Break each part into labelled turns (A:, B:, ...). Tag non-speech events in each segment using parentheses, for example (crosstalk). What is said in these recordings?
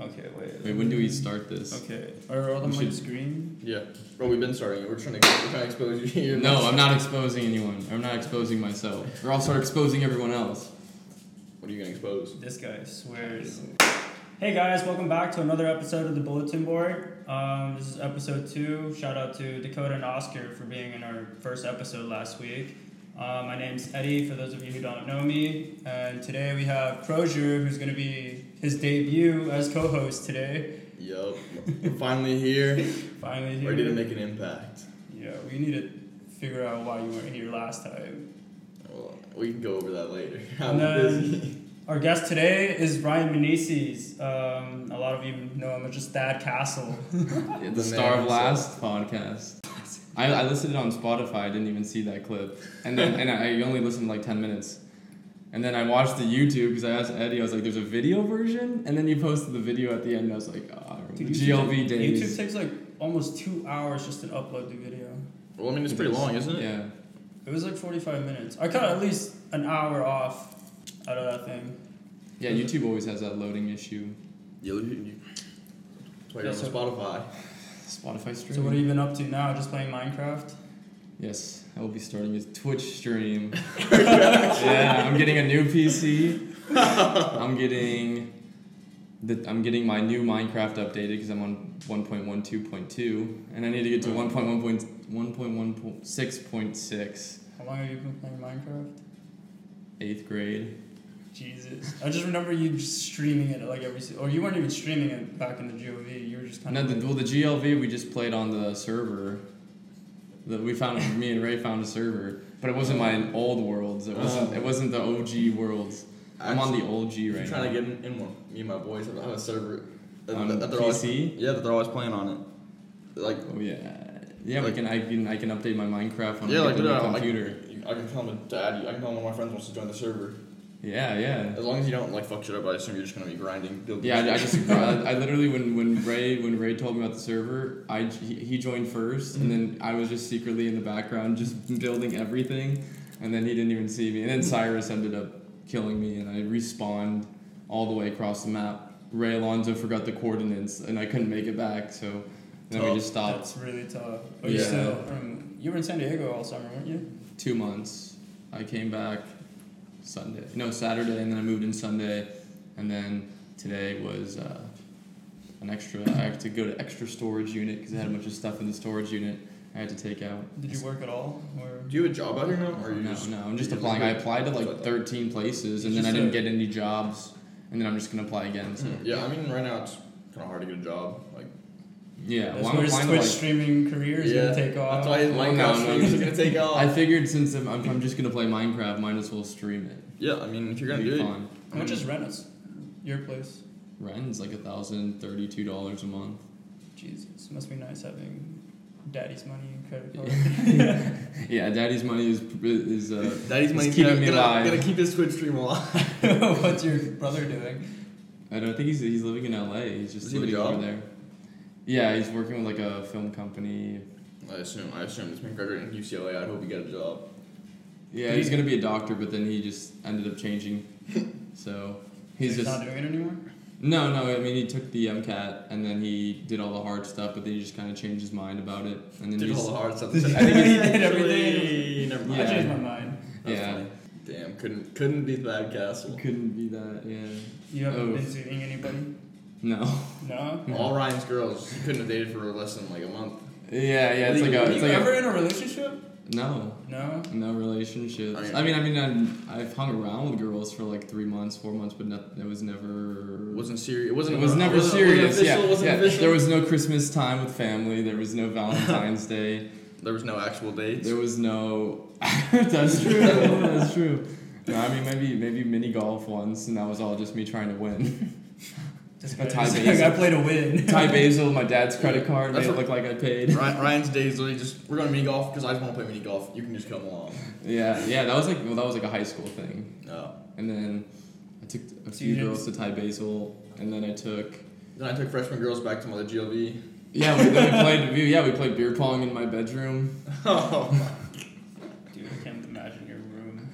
A: Okay, wait.
B: Wait, when do we start this?
A: Okay, are all of
B: We
A: my
B: should-
A: screen?
C: Yeah. Well, we've been starting it. We're trying to we're trying to expose you.
B: No, I'm not exposing anyone. I'm not exposing myself. Or else I'm exposing everyone else.
C: What are you gonna expose?
A: This guy swears. Hey guys, welcome back to another episode of the Bulletin Board. Um, this is episode two. Shout out to Dakota and Oscar for being in our first episode last week. Uh, my name's Eddie, for those of you who don't know me. And today we have Crozier, who's going to be his debut as co host today.
C: Yup. We're finally here.
B: (laughs)
A: Finally, here.
C: Ready to make an impact.
A: Yeah, we need to figure out why you weren't here last time.
C: Well, we can go over that later. (laughs) I'm
A: No.
C: busy.
A: Our guest today is Ryan Meneses. Um, a lot of you know him as just Thad Castle.
B: The,
C: The
B: Star
C: man
B: of Last podcast. I, I listened it on Spotify. I didn't even see that clip. And then and I only listened like 10 minutes. And then I watched the YouTube because I asked Eddie, I was like, there's a video version? And then you posted the video at the end. And I was like, oh,
A: Dude, YouTube-
B: GLV
A: YouTube
B: days.
A: takes like almost two hours just to upload the video.
C: Well, I mean, it's pretty long, isn't it?
B: Yeah.
A: It was like 45 minutes. I cut at least an hour off out of that thing.
B: Yeah, YouTube always has that loading issue.
C: Yeah. look at you. That's why you're on
A: Yeah, so-
C: Spotify.
B: Spotify stream.
A: So, what have you been up to now? Just playing Minecraft?
B: Yes, I will be starting a Twitch
C: (laughs)
B: stream. yeah, I'm getting a new
C: (laughs)
B: PC. I'm getting the, I'm getting my new Minecraft updated because I'm on 1.12.2 and I need to get to 1.1.1.6.6
A: How long have you been playing Minecraft?
B: 8th grade.
A: Jesus. I just remember you just streaming it like every. se- Or you weren't even streaming it back in the GOV. You were just kind
B: No,
A: of.
B: the, well the GLV we just played on the server. That we found me and Ray found a server, but it wasn't my old worlds. It
C: Uh-huh.
B: wasn't it wasn't the OG worlds. I'm on the old G
C: I'm
B: right now.
C: trying to get in, in one. Me and my boys have a server. That,
B: On
C: that they're always,
B: PC?
C: yeah, that they're always playing on it. Like,
B: Oh yeah, yeah.
C: Like-
B: we can. I can. I can update my Minecraft on
C: yeah, like,
B: the
C: literally, I-
B: computer.
C: I, I can tell them to add you. I can tell them one of my friends wants to join the server.
B: yeah, yeah.
C: As long as you don't like fuck shit up, I assume you're just gonna be grinding. building
B: Yeah, I, I
C: shit.
B: just. (laughs) I, I literally when when Ray when Ray told me about the server, I he he joined 1st and then I was just secretly in the background just building everything, and then he didn't even see me, and then Cyrus ended up killing me, and I respawned all the way across the map. Ray Alonso forgot the coordinates, and I couldn't make it back, so then we
C: Oh,
B: just stopped.
A: That's really tough. But you
B: Yeah.
A: still from you were in San Diego all summer, weren't you?
B: two months. I came back Sunday, no Saturday, and then I moved in Sunday, and then today was uh, an extra. I had to go to extra storage unit because I had a bunch of stuff in the storage unit. I had to take out.
A: Did you work at all? Or
C: Do you have a job out here now, or are you
B: No,
C: just
B: no, I'm just
C: you're
B: applying. I applied to
C: That's
B: like
C: what-
B: 13 places, and then I
A: Just
B: didn't
A: a-
B: get any jobs, and then I'm just gonna apply again. So
C: Mm, Yeah, I mean, right now it's kind of hard to get a job. Like,
B: yeah,
A: that's
B: well, I'm
A: where his
B: applying
A: Twitch
B: to like
A: streaming career is
C: yeah,
A: gonna take off.
C: That's why his
B: Well,
C: Minecraft
B: no, no,
C: stream
B: no.
C: is gonna take off.
B: (laughs) I figured since I'm, I'm, I'm just gonna play Minecraft, might as well stream it.
C: yeah, I mean, if you're gonna
B: It'd be
C: do it,
B: fun.
A: How much is Rena's? Your place?
B: Rent's like a thousand thirty-two dollars a month.
A: Jesus, must be nice having daddy's money and credit
C: (laughs)
A: card.
B: (laughs) Yeah, daddy's money is is uh,
C: Daddy's
B: is
C: money's
B: keeping
C: gonna,
B: me
C: gonna,
B: alive.
C: gonna keep his Twitch stream alive.
A: (laughs) What's your brother doing?
B: I don't think he's he's living in L.A. He's just
C: Does he have a
B: living
C: job?
B: over there. Yeah, he's working with like a film company.
C: I assume, I assume this man graduating from UCLA. I hope he get a job.
B: Yeah, he's gonna be a doctor, but then he just ended up changing. so he's
A: not
B: just
A: doing it anymore.
B: no, no. I mean, he took the MCAT and then he did all the hard stuff, but then he just kind of changed his mind about it, and then
C: Did all
B: he's
C: the
B: (laughs)
C: hard stuff.
A: I think he did
C: Actually, Never mind.
A: I
B: Yeah.
A: changed my mind.
C: That's
B: Yeah.
C: funny. Damn, couldn't couldn't be Thad Castle.
B: couldn't be that. Yeah,
A: You haven't
B: Oh.
A: been seeing anybody?
B: no.
A: No.
B: Mhm.
C: All Ryan's girls you couldn't have dated for less than like a month.
B: Yeah, yeah. It's like
A: Were
B: a it's
A: you
B: like
A: ever
B: a,
A: in a relationship?
B: no.
A: No.
B: No relationships.
C: I mean-
B: I mean, I mean, I'm, I've hung around with girls for like three months, four months, but no, it was never.
C: It wasn't serious. It wasn't.
B: it was never
C: wasn't-
B: serious.
C: Wasn't
B: yeah,
C: official, wasn't
B: yeah.
C: official.
B: There was no Christmas time with family. There was no Valentine's Day.
C: There was no actual dates.
B: There was no. (laughs) that's true. That's true. No, I mean maybe maybe mini golf once, and that was all just me trying to win.
A: Just
B: A tie
A: kidding. (laughs) I played a win.
B: (laughs) Ty Basil, my dad's credit
C: Yeah,
B: card
C: that's
B: made it look
C: what-
B: like I paid.
C: (laughs) Ryan, Ryan's days literally just we're gonna mini golf because I just want to play mini golf. You can just come
B: (laughs)
C: along.
B: Yeah, yeah. That was like well, that was like a high school thing,
C: No.
B: and then I took a
A: So
B: few
A: you didn't-
B: girls to Ty Basil, and then I took.
C: Then I took freshman girls back to my GLV.
B: Yeah, we, then we played. We, yeah, we played beer pong in my bedroom.
C: (laughs) Oh,
A: Dude, I can't imagine your room.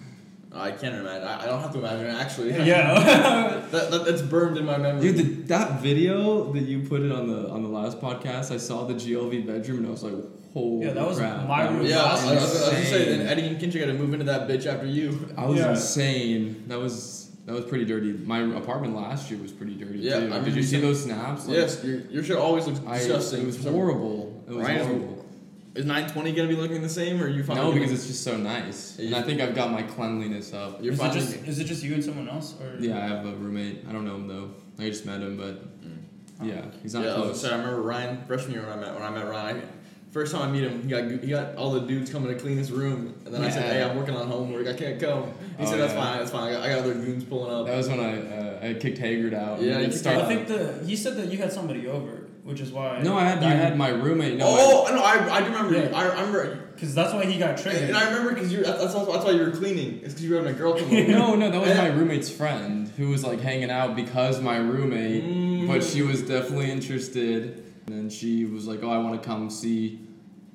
C: I can't imagine. I, I don't have to imagine it
B: (laughs)
C: actually.
A: Yeah.
C: (laughs) that, that, that's burned in my memory.
B: Dude, the, that video that you put it on the on the last podcast, I saw the GLV bedroom and I was like, holy
A: Yeah, that was
B: crap.
A: my
B: that
A: room.
B: was
C: yeah, I was, I was, I was gonna say,
B: insane.
C: then Eddie and Kinch gotta move into that bitch
B: (laughs)
C: after you.
B: I was
A: Yeah.
B: insane. That was that was pretty dirty. My apartment last year was pretty dirty
C: Yeah, I
B: too.
C: remember
B: Did you
C: you
B: see
C: said-
B: those snaps? Like,
C: yes, your, your shit always looks
B: I,
C: disgusting.
B: it was
C: So-
B: horrible. It was
C: Ryan's-
B: horrible.
C: Is 920 gonna be looking the same, or are you finally?
B: No, because it's just so nice, and I think I've got my cleanliness up.
A: (laughs)
C: You're
A: is it
C: finally.
A: just is it just you and someone else or
B: Yeah, I have a roommate. I don't know him though. I just met him, but yeah, he's not
C: Mm. yeah, I was
B: close.
C: gonna say, I remember Ryan freshman year when I met when I met Ryan. I, first time I meet him, he got he got all the dudes coming to clean his room, and then I said,
B: Yeah.
C: "Hey, I'm working on homework. I can't come." He
B: Oh,
C: said, "That's
B: yeah.
C: fine. That's fine. I got, I got other goons pulling up."
B: That was when I uh, I kicked Haggard out.
C: Yeah,
B: and
C: you
B: it
C: kicked
B: started-
A: I think the he said that you had somebody over, which is why
B: no, I had I had my roommate. No, I-
C: oh, I, no, I I do remember.
A: Yeah.
C: I, I remember,
A: because that's why he got triggered.
C: and I remember because you that's, that's, that's why you were cleaning. It's because you were having a girl (laughs) come over.
B: (laughs)
C: Oh,
B: No, no, that was
C: And-
B: my roommate's friend who was like hanging out because my roommate,
C: Mm.
B: but she was definitely interested. And then she was like, "Oh, I want to come see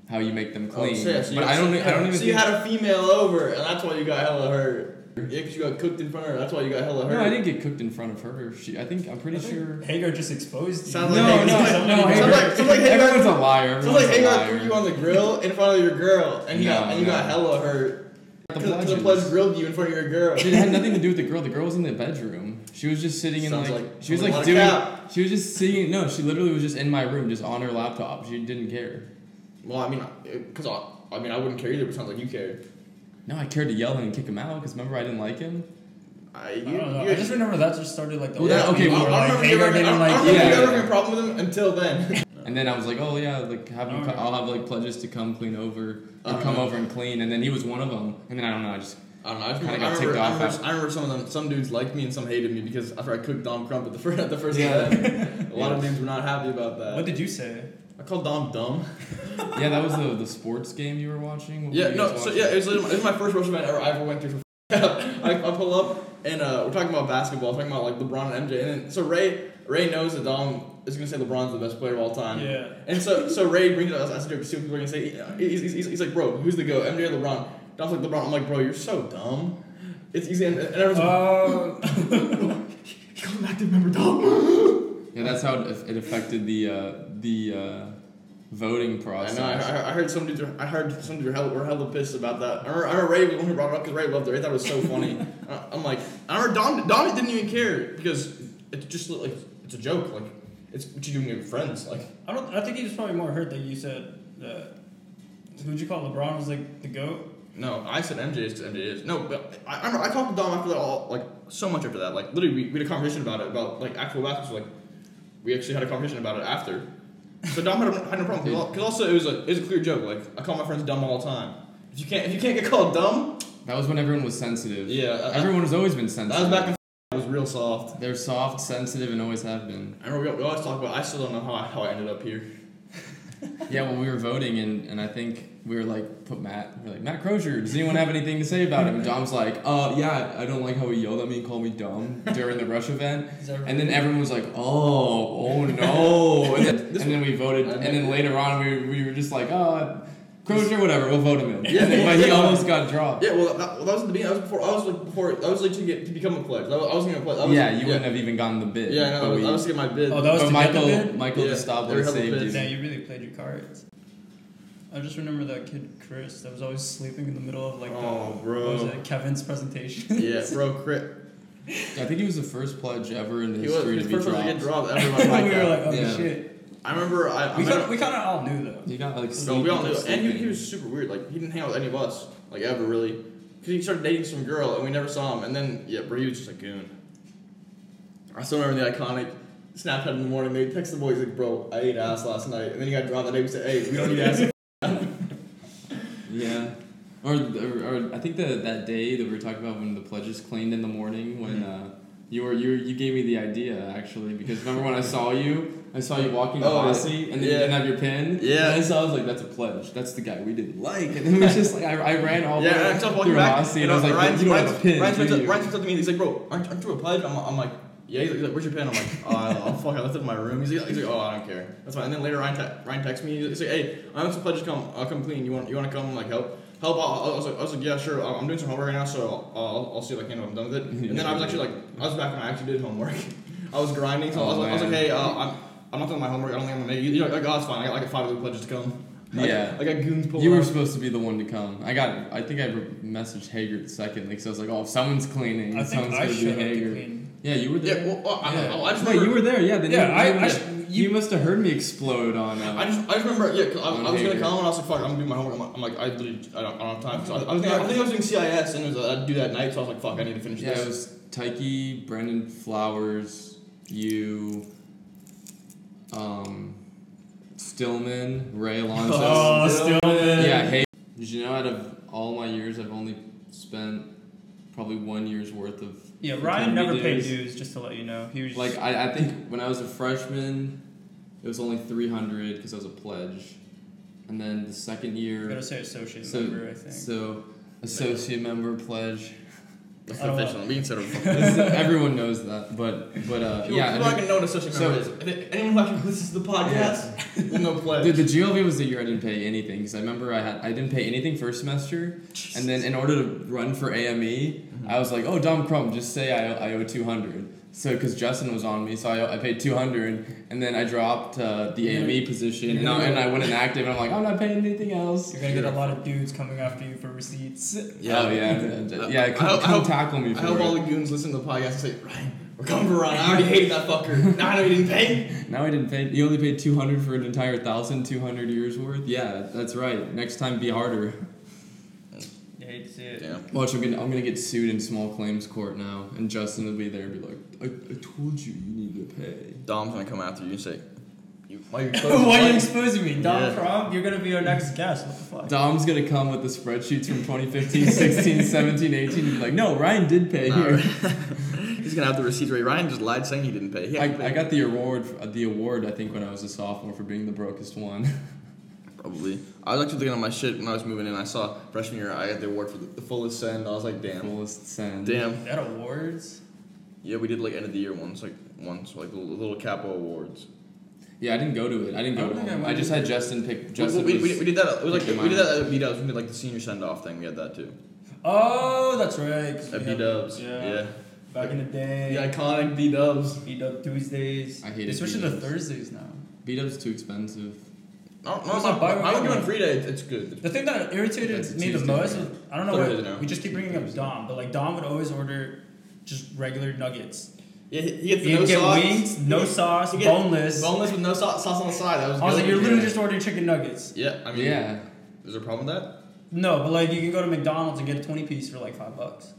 B: how you make them
C: Oh,
B: clean."
C: so yeah, so you
B: but
C: got-
B: I don't, e, I don't even.
C: So you
B: think-
C: had a female over, and that's why you got hella hurt. Yeah, because you got cooked in front of her. That's why you got hella hurt.
B: no, I didn't get cooked in front of her. She, I think, I'm pretty sure.
A: Hagar just exposed you.
C: Sounds
B: No, no,
C: like-
B: no, no.
C: Sounds
B: Hager-
C: like- sounds like Hager-
B: everyone's a liar.
C: So like,
B: everyone's a
C: hey, I
B: liar.
C: threw you on the grill in front of your girl, and you got
B: No,
C: and you got
B: no.
C: hella hurt.
B: The
C: Because the
B: bludgeons.
C: pledge grilled you in front of your girl.
B: It had nothing to do with the girl. The girl was in the bedroom. She was just sitting in
C: Sounds
B: like,
C: like
B: she was
C: someone
B: like
C: wanna
B: doing.
C: cap.
B: She was just sitting. No, she literally was just in my room, just on her laptop. She didn't care.
C: Well, I mean, because I, I mean, I wouldn't care either, but it sounds like you cared.
B: No, I cared to yell and kick him out because remember I didn't like him.
C: I,
A: I
C: you,
A: don't know.
C: you
A: I just remember that just started like the
B: Well, that-
A: whole
B: okay,
A: thing
B: well,
A: where,
C: I
A: like,
C: don't remember you
A: Hagar
C: ever, I
A: didn't
C: don't
A: like
C: remember
A: you.
B: yeah.
C: you ever having a problem with him until (laughs) then.
B: And then I was like, oh yeah, like have him co- I'll have like pledges to come clean over and
C: Uh-huh.
B: come over and clean. And then he was one of them. And then I don't know, I just
C: I don't know. I, just
B: Kinda
C: remember,
B: got
C: I, remember,
B: ticked
C: I,
B: off
C: remember,
B: after-
C: I remember some of them. Some dudes liked me and some hated me because after I cooked Dom Crump at the first at the first event, a lot of
B: Yeah.
C: dudes were not happy about that.
A: What did you
C: (laughs)
A: say?
C: I called Dom dumb.
B: yeah, that was the the sports game you were watching. What were
C: Yeah,
B: you
C: no,
B: guys
C: so
B: watching?
C: yeah, it was, literally my, it was my first rush event ever I ever went through. (laughs) I, I pull up and uh, we're talking about basketball, talking about like LeBron and MJ, and then so Ray Ray knows that Dom is gonna say LeBron's the best player of all time.
A: Yeah.
C: And so so Ray brings it up. I said, "Dude, see what people are gonna say." He's, he's, he's, he's like, "Bro, who's the go? MJ or LeBron?" Dom's like, "LeBron." I'm like, "Bro, you're so dumb." It's easy, and, and everyone's like, (laughs)
A: Um,
C: "He comes Uh, back to remember Dom."
B: Yeah, that's how it, it affected the uh, the uh, voting
C: I
B: process.
C: know. I, I I heard some dudes. Are, I heard some dudes were hella, were hella pissed about that. I remember, I remember Ray was the one who brought it up because Ray loved it. Ray thought it was so funny. I- I'm like, I remember Dom. Dom didn't even care because it just looked like it's a joke. Like it's what you do with your friends. Like
A: I don't. I think he was probably more hurt that you said that. Who'd you call LeBron was like the goat?
C: no, I said MJ is 'cause MJ is. No, but I, I remember I talked to Dom after that all like so much after that. Like literally, we, we had a conversation about it about like actual basketball. Like we actually had a conversation about it after. So Dom had, a, had no problem because also it was a it was a clear joke. Like I call my friends dumb all the time. If you can't if you can't get called dumb,
B: That was when everyone was sensitive.
C: yeah. I- I-
B: Everyone has always been sensitive.
C: That was back when I was real soft.
B: They're soft, sensitive, and always have been.
C: I remember we, we always talk about. I still don't know how I, how I ended up here.
B: Yeah, well, we were voting, and, and I think we were like, put Matt, we are like, Matt Crozier, does anyone have anything to say about him? And Dom's like, uh, yeah, I don't like how he yelled at me and called me dumb during the rush event.
A: Is that
B: And then everyone was like, oh, oh no. And then,
C: This-
B: and then we voted, and then later on, we, we were just like, uh, Crozier, whatever, we'll vote him in.
C: Yeah, yeah,
B: (laughs) but he
C: yeah.
B: almost got dropped.
C: Yeah, well, that, well, that was at the beginning. That was before. I was like before. That was like to get to become a pledge. That was, I was gonna play. That was,
B: yeah, you wouldn't have even gotten the bid.
C: Yeah,
B: but
C: no, that was,
B: we-
C: that was to get my bid.
A: Oh, that was
B: but
A: to get the
B: Michael,
A: bid?
B: Michael
C: Yeah, they were
B: Dostopoulos
C: hella
B: saved
C: pissed.
B: you.
A: Yeah, you really played your cards. I just remember that kid Chris that was always sleeping in the middle of like
C: Oh,
A: the, what was
C: bro.
A: it, Kevin's presentation.
C: yeah, bro, crit.
B: I think he was the first pledge ever in the
C: He was
B: history
C: his
B: to be
C: first one to get
B: dropped.
C: dropped.
A: (laughs) we (laughs)
C: Everyone
A: were
C: like that.
A: like, oh
B: Yeah.
A: shit.
C: I remember. I, I
A: We
C: met
A: kind
C: him-
A: we kind of all knew though.
B: He got like
C: No, we all knew,
B: sleeping-
C: and he, he was super weird. Like he didn't hang out with any of us, like ever really, because he started dating some girl, and we never saw him. And then yeah, bro, he was just a goon. I still remember the iconic Snapchat in the morning. They text the boys like, "Bro, I ate ass last night," and then he got dropped. That day we said, "Hey, we don't eat ass."
B: Yeah. Or, or, or I think that that day that we were talking about when the pledges cleaned in the morning when
C: Mm-hmm.
B: uh, you were you were- you gave me the idea actually because remember when I saw you I saw you walking the
C: Oh, yeah.
B: posse and then you
C: Yeah.
B: didn't have your pin
C: Yeah.
B: and so I was like that's a pledge that's the guy we didn't like and then it was just like I, I ran all the
C: yeah, and I
B: way
C: stopped
B: through
C: walking back.
B: posse and I was like
C: Ryan's-
B: you don't have a
C: Ryan's-
B: pin
C: Ryan's
B: do
C: Ryan's-
B: you?"
C: Ryan's up to me. He's like, "Bro, aren't, aren't you a pledge?" I'm, I'm like. Yeah, he's like, he's like, where's your pin? I'm like, oh, I don't know. fuck, I left it in my room. He's like, he's like, oh, I don't uh, care. That's fine. And then later, Ryan, te- Ryan texts me. He's like, hey, I want some pledges. Come, I'll come clean. You want, you want to come? like, help. help out. I was like, I was like yeah, sure. I'm I'm doing some homework right now, so I'll, I'll, I'll see like you know I'm done
B: (laughs)
C: with it. And then I was actually like, I was back when I actually did homework. (laughs) I was grinding, so I, was
B: Oh,
C: like, I was like,
B: man.
C: hey, uh, I'm, I'm not done with my homework. I don't think I'm gonna make it. You're like, oh, it's fine. I got like a five other pledges to come. Like,
B: Yeah.
C: I got goons pulling.
B: You were
C: up.
B: supposed to be the one to come. I got. I think I re- messaged Hager the second. Like, so I was like, "Oh, if someone's cleaning,
A: I think
B: someone's
A: I
B: gonna
A: showed
B: be
A: up to
B: Hager."
A: clean.
B: Yeah, you were there.
C: Yeah, well, uh, I don't
B: Yeah.
C: know. I just
B: no,
C: remember-
B: you were there. Yeah, then
A: Yeah,
B: you,
A: I-
B: you,
A: I sh-
B: you, must have heard me explode on. Uh,
C: I just, I just remember, yeah, 'cause I,
B: On
C: I was gonna
B: Hager.
C: come and I was like, fuck, I'm gonna do my homework. I'm, I'm like, I literally, I don't, I don't have time. So I, I, was thinking, I think I was doing CIS and it was, uh, I'd do that night, so I was like, fuck, I need to finish
B: yeah,
C: this.
B: it was Tyke, Brendan Flowers, you, um, Stillman, Ray Alonso.
A: (laughs) Oh, Stillman.
B: Yeah, hey. Did you know out of all my years, I've only spent probably one year's worth of.
A: Yeah, Ryan
B: fraternity
A: never paid
B: dues.
A: dues, just to let you know. He was
B: Like I, I think when I was a freshman, it was only three hundred because I was a pledge, and then the second
A: you gotta
B: year,
A: say associate
B: uh, So-
A: member, I think.
B: so associate member pledge.
C: That's
A: I don't
C: professional. We consider it (laughs) fucking.
B: This is- everyone knows that, but but uh,
C: People,
B: yeah.
C: people
B: I
C: not gonna know what a social
B: So-
C: member is. And if- Anyone who actually listens to the podcast will know pledge.
B: did- Dude, the GLV was the year I didn't pay anything because I remember I had I didn't pay anything first semester, and then in order to run for AME, I was like, oh Dom Crumb, just say I owe, I owe two hundred. So because Justin was on me, so I, I paid two hundred, and then I dropped uh, the AME position, and, I, and I went inactive, and I'm like, I'm not paying anything else.
A: You're gonna get a lot of dudes coming after you for
B: (laughs)
A: receipts.
B: Oh yeah, yeah.
C: I
B: Come,
C: hope-
B: come
C: I hope-
B: tackle me
C: I
B: for
C: hope all the
B: it.
C: goons listen to the podcast and say, Ryan, we're coming for Ryan. I already hated that (laughs) fucker. now I know he didn't pay.
B: Now I didn't pay. You only paid two hundred for an entire thousand, two hundred years worth. Yeah, that's right. Next time, be harder.
A: You hate to see it.
B: Watch, I'm gonna, I'm gonna get sued in small claims court now, and Justin will be there and be like, I, I told you you need to pay.
C: Dom's gonna come after you and say, you, why are (laughs)
A: (laughs)
C: you
A: Why are you exposing me? Don
C: Yeah.
A: Trump, you're gonna be our next guest. What the fuck?
B: Dom's gonna come with the spreadsheets from 2015, 16, 17, 18, and be like, no, Ryan did pay here. (laughs)
C: (laughs) He's gonna have the receipts right. Ryan just lied saying he didn't pay. He
B: I,
C: hadn't
B: I
C: paid.
B: got the award, uh, the award, I think, when I was a sophomore for being the brokest one. (laughs)
C: Probably. I was actually looking at my shit when I was moving in. I saw freshman year I got the award for the, the fullest send. I was like, damn.
B: Coolest send.
C: Damn.
A: That awards?
C: Yeah, we did like end of the year ones, like once, like the little, little capo awards.
B: Yeah, I didn't go to it. I didn't
A: I
B: go
A: don't
B: to
A: think I
B: home. I
A: went
B: just
A: either.
B: had Justin pick.
C: We,
B: Justin
C: we,
B: was-
C: we, we did that. It was like
B: Pick
C: we did that
B: mine.
C: at B Dubs. We did like the senior send off thing. We had that too.
A: Oh, that's right. 'cause
C: At
A: we
C: B
A: had-
C: Dubs.
A: Yeah.
C: Yeah.
A: Back in the day.
C: The iconic B Dubs.
A: Beat up Tuesdays.
B: I hated
A: They switched it to
B: B-dubs.
A: Thursdays now.
B: Beat up's too expensive.
C: No,
A: It
C: no,
A: was
C: no.
A: a buy one,
C: I would
A: get
C: do on
A: one.
C: free day. It's, it's good.
A: The thing that irritated
B: That's a
A: me the
B: Tuesday,
A: most,
B: right?
A: was, I don't know
C: Thursday now.
A: what, we just keep bringing up
B: Thursday.
A: Dom, but like Dom would always order just regular nuggets.
C: Yeah, he, he gets the
A: You'd
C: no
A: get
C: sauce.
A: wings, no sauce,
C: you get
A: boneless.
C: Boneless with no sauce, sauce on the side. That was.
A: I was
C: good.
A: like, you're literally just ordering chicken nuggets.
C: Yeah, I mean,
B: yeah.
C: Is there a problem with that?
A: No, but like you can go to McDonald's and get a 20 piece for like five bucks.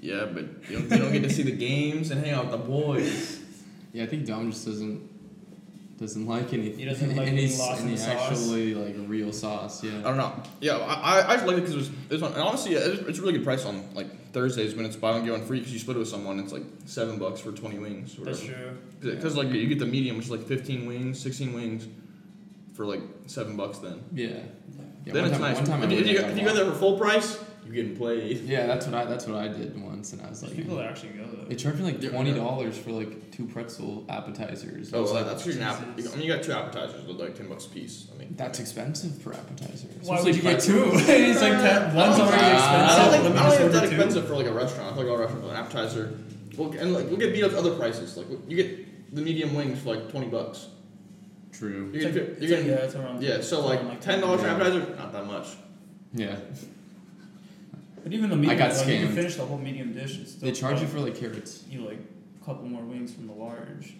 C: Yeah, but you don't, you don't get to see the games and hang out with the boys.
B: Yeah, I think Dom just doesn't doesn't like any.
A: He doesn't like
B: (laughs) any,
A: being lost in
B: any
A: the sauce.
B: actually like real sauce.
C: I
B: Yeah.
C: don't know. Yeah, I, I, I just like it because it was, it was fun. And honestly, yeah, it's, it's a really good price on like Thursdays when it's buy one get one free because you split it with someone. It's like seven bucks for twenty wings. Or
A: That's true.
C: Because like you get the medium, which is like fifteen wings, sixteen wings, for like seven bucks. Then
B: Yeah. yeah
C: then
B: one
C: it's
B: time,
C: nice.
B: One time I
C: if, you- if
B: went
C: you,
B: back
C: if
B: on
C: you go
B: walk.
C: there for full price, you getting played.
B: Yeah, that's what I that's what I did once, and I was
A: There's
B: like,
A: people that actually go
B: they
A: though.
B: charged me like
C: Yeah,
B: twenty dollars for like two pretzel appetizers. I
C: Oh,
B: was
C: well,
B: like,
C: that's an app.
A: Jesus.
C: I mean, you got two appetizers with like ten bucks a piece. I mean,
B: that's expensive for appetizers.
A: Why
B: It's
A: would
B: like
A: you get two? (laughs)
B: pretzel-
A: it's like
C: (laughs)
A: that one's
C: I
A: already
C: don't think-
A: expensive.
C: I don't think,
A: let me
C: I don't
A: just
C: think it's that
A: order two.
C: expensive for like a restaurant. I feel like all restaurants, an appetizer. Well, and like we'll get beat up to other prices. Like you get the medium wings for like twenty bucks.
B: True.
C: You're
A: It's
C: gonna,
A: like- it's
C: you're
A: like-
C: gonna,
A: yeah,
C: yeah.
A: it's around.
C: So
A: it's around
C: like ten dollars for
B: Yeah.
C: appetizer, not that much.
B: Yeah.
A: But even the medium,
B: got
A: like, you
B: scammed.
A: can finish the whole medium dish. and still
B: They charge you
A: cut,
B: for like carrots.
A: you like a couple more wings from the large.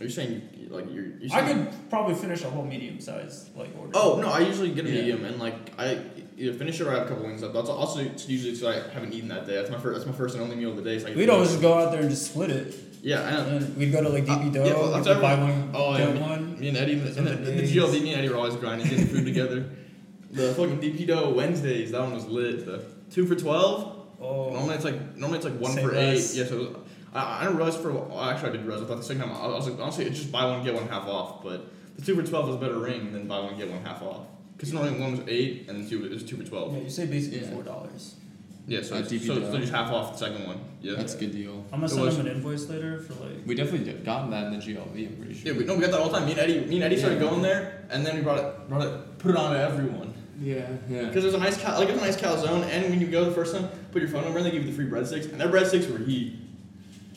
C: Are you saying you- like you're? you're
A: I
C: saying,
A: could probably finish a whole medium size like order.
C: Oh no! I usually get a
B: Yeah.
C: medium and like I either finish it or I have a couple wings up. That's also it's usually so I haven't eaten that day. That's my first. That's my first and only meal of the day. So I get
A: we'd
C: to-
A: always just go out there and just split it.
C: Yeah, I know.
A: And then we'd go to like
C: Uh,
A: DP Dough,
C: yeah, well,
A: we'd
C: that's
A: go buy one,
C: everyone- oh,
A: get
C: yeah.
A: one.
C: Me and Eddie, and the,
A: Some
C: and the,
A: of
C: the,
A: the days.
C: GLD, me and Eddie were always grinding, getting food (laughs) together. The fucking DP dough Wednesdays, that one was lit. The two for twelve.
A: Oh,
C: Normally it's like normally it's like one
A: Say
C: for
A: less.
C: eight. Yeah, so it was, I, I don't realize for a while- actually I did realize. I thought the second time I, was like honestly it's just buy one get one half off. But the two for twelve was a better ring than buy one get one half off. Because normally one was eight and two it was two for twelve.
A: yeah, you say basically
B: Yeah.
A: four dollars.
C: Yeah, so,
B: At
C: it's-
B: DP
C: so,
B: Dell.
C: so just half off the second one. Yeah.
B: That's a good deal.
A: I'm gonna
C: It
A: send
C: was-
A: him an invoice later for like.
B: We definitely did- gotten that in the GLV. I'm pretty sure.
C: yeah, we, no, we got that all the time. Me and Eddie, me and Eddie started
B: Yeah.
C: going there, and then we brought it, brought it, put it on to everyone.
B: yeah, yeah.
C: Because it was a nice, cal- like it was a nice calzone, and when you go the first time, put your phone number, and they give you the free breadsticks, and their breadsticks were heat.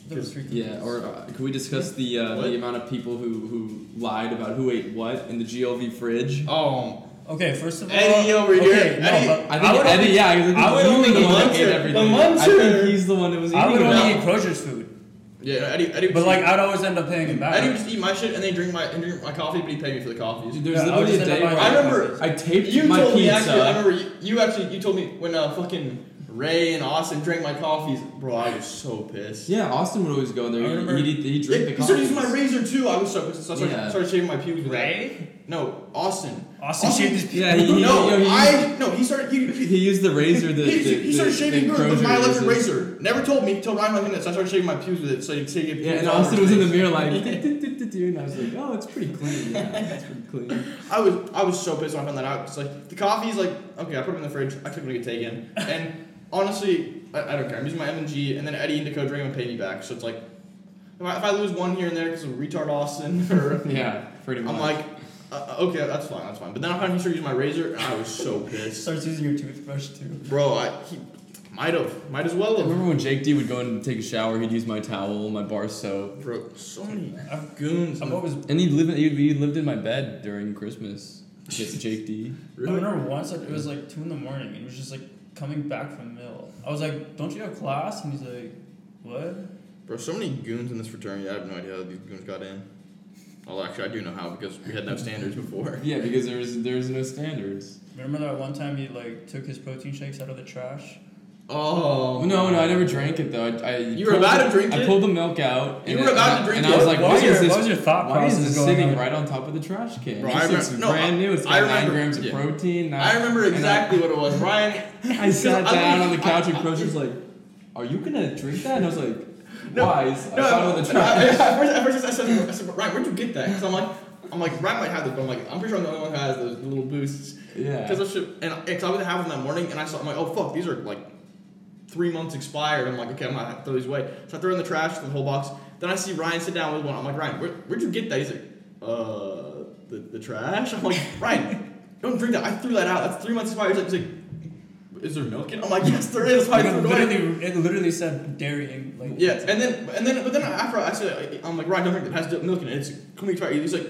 A: That was freaking
B: Yeah, or uh, can we discuss the uh,
C: What?
B: the amount of people who, who lied about who ate what in the GLV fridge? Um,
C: Oh,
A: okay, first of all,
C: Eddie over
A: okay,
C: here.
A: No,
C: Eddie-
A: but
B: I think
A: would
B: Eddie, yeah, I think
A: I would
B: he's
A: only
B: the
A: eat
B: one that
C: muncher,
B: ate everything.
C: the
B: I think
C: muncher.
B: he's the one that was eating
A: I would
B: it.
A: only
C: No.
A: eat Croziers food,
C: yeah, no, Eddie, Eddie. would
A: but
C: just
A: like
C: eat-
A: I'd always end up paying him back.
C: Eddie would just eat my shit, and they drink my and drink my coffee, but he paid me for the coffee.
B: Dude, there's
A: Yeah, I
B: literally
A: would
B: a
A: send
B: day
A: up
B: where
A: my
C: I remember-
A: breakfast.
B: I taped
C: You
B: my
C: told me
B: pizza.
C: actually. I remember you, you actually you told me when uh, fucking Ray and Austin drank my coffees, bro. I was so pissed.
B: yeah, Austin would always go there.
A: I remember-
B: He'd, he'd, eat- he'd drink
C: Yeah,
B: the
C: he started
B: coffee.
C: using my razor too. I was so pissed. So I started,
B: Yeah.
C: started shaving my pubes. with
A: Ray?
C: that. No, Austin.
A: Austin shaved his
B: Yeah, he, he,
C: (laughs) no,
B: yo, he,
C: I no. He started. He, he,
B: he used the razor that
C: he,
B: that-
C: he started
B: that-
C: shaving
B: that
C: yours with
B: Crozier
C: my electric
B: uses.
C: razor. Never told me. Told Ryan like this. So I started shaving my pubes with it. So you take it.
B: Yeah, and Austin was in the mirror
C: (laughs)
B: like, "Du-du-du-du-du," and I was like, oh, it's pretty clean. Yeah, it's pretty
C: (laughs)
B: clean.
C: I was I was so pissed when I found that out. It's like the coffee's like okay, I put them in the fridge. I took them to get taken, and honestly, I, I don't care. I'm using my M and G, and then Eddie and Dakota drink and pay me back. So it's like if I, if I lose one here and there because of retard Austin, (laughs) or
B: Yeah, pretty much.
C: I'm like uh, uh, okay, that's fine, that's fine. But then I found he started using my razor, and I was so
A: (laughs)
C: pissed,
A: starts using your toothbrush too.
C: bro. I he might have, might as well
B: I
C: have,
B: remember when Jake D would go in and take a shower, he'd use my towel, my bar soap.
C: bro. So many
A: I've,
C: goons.
A: I've always.
B: And he'd live in, he'd, he lived in my bed during Christmas. Just Jake D.
A: I
C: Really?
A: remember once like, it was like two in the morning, and he was just like coming back from mill. I was like, "Don't you have class?" And he's like, "What?"
C: Bro, so many goons in this fraternity. I have no idea how these goons got in. Well, actually, I do know how because we had no standards before. (laughs)
B: Yeah, because there was, there was no standards.
A: Remember that one time he like took his protein shakes out of the trash?
C: Oh
B: Oh, no, no, I never drank it though. I, I
C: You were
B: pulled
C: about
B: the-
C: to drink
B: I
C: it?
B: pulled the milk out.
C: You
B: and
C: were
B: I-
C: about to
B: and
C: drink
B: I
C: it.
B: was like,
A: What
B: why
A: was your-
B: is this?
A: what was your thought
B: why is
A: process
B: this
A: going
B: sitting
A: on?
B: right on top of the trash can?
C: Bro,
B: this
C: I
B: looks
C: remem- no,
B: brand
C: I-
B: new. It's got
C: I
B: nine
C: remember-
B: grams of
C: yeah.
B: protein. nine-
C: I remember
B: and
C: exactly what it was. Ryan,
B: (laughs) I sat
C: I-
B: down on the couch and Crozier was like, "Are you gonna drink that?" And I was like, "Why?" is- I saw it on the
C: (laughs) no, I-
B: trash.
C: I- at first, at first I, said, I said, Ryan, where'd you get that? Because I'm like, I'm like, Ryan might have this, but I'm like, I'm pretty sure I'm the only one who has those little boosts. (laughs)
B: Yeah.
C: Because I should, and because I was half them that morning, and I saw, I'm like, oh fuck, these are like three months expired. I'm like, okay, I'm gonna throw these away. So I throw in the trash, the whole box. Then I see Ryan sit down with one. I'm like, Ryan, where, where'd you get that? He's like, uh, the, the trash. (laughs) I'm like, Ryan, don't drink that. I threw that out. That's three months expired. He's like, he's like, is there milk in? it? I'm like, yes, there is. Why
A: Like,
C: is
A: it
C: there milk?
A: literally, it literally said dairy and like.
C: Yeah, and then and then but then after I said I'm like Ryan, don't drink it. It has milk in it. It's can we try? it?" He's like,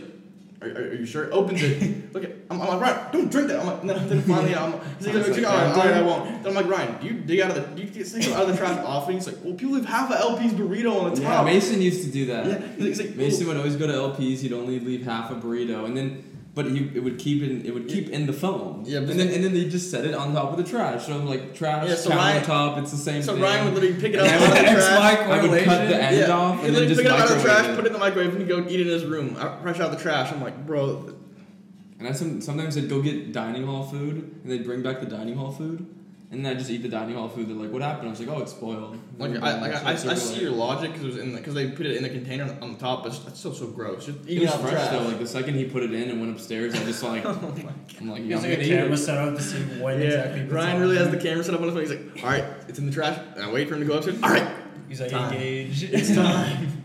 C: are, are, are you sure?
B: (laughs)
C: Opens it. Look, at, I'm, I'm like Ryan, don't drink that. I'm like, and then, then finally I'm he's like,
B: It's
C: "Okay,
B: like,
C: all right,
B: "Yeah,
C: all right, I
B: dude."
C: won't. Then I'm like Ryan, do you dig out of the do you get something out of the trash often? He's like, well, people leave half a LP's burrito on the
B: Yeah,
C: top.
B: Mason used to do that.
C: Yeah, he's like,
B: Mason would always go to LPs. He'd only leave half a burrito, and then but he it would keep in it would keep in the foam.
C: Yeah, but
B: and then and then they just set it on top of the trash. So I'm like trash
C: Yeah, so Ryan-
B: countertop. It's the same
C: so
B: thing.
C: Ryan would literally pick it up
B: Yeah, (laughs)
C: out of the
A: X,
C: trash.
A: Y
B: I would cut the
A: correlation.
B: end off
C: he
B: and then
C: literally
B: just
C: pick it up out of the trash,
B: microwave
C: put
B: it.
C: it in the microwave, and he'd go eat it in his room, out- fresh out of the trash. I'm like, bro,
B: And I some, sometimes I'd go get dining hall food, and they'd bring back the dining hall food, and then I just eat the dining hall food. They're like, "What happened?" I was like, "Oh, it's spoiled."
C: Like
B: And
C: I, like
B: so
C: I, I,
B: it's sort
C: I
B: of
C: see
B: like-
C: your logic because it was in because they put it in the container on the top, but it's- that's still so gross. Just
B: It
C: eating
B: was
C: out the
B: fresh
C: trash.
B: though. Like the second he put it in and went upstairs, I just like,
C: (laughs) oh my
B: I'm like,
A: He
B: yeah,
A: has
B: I'm
A: like a
B: gonna eat
A: camera
B: it.
A: set up to see when
C: god. Yeah,
A: exactly. it's
C: Ryan
A: on.
C: really has the camera set up on his phone. He's like, all right, it's in the trash. And I wait for him to go upstairs. All right,
A: He's like
C: time.
A: engaged.
C: (laughs) it's time,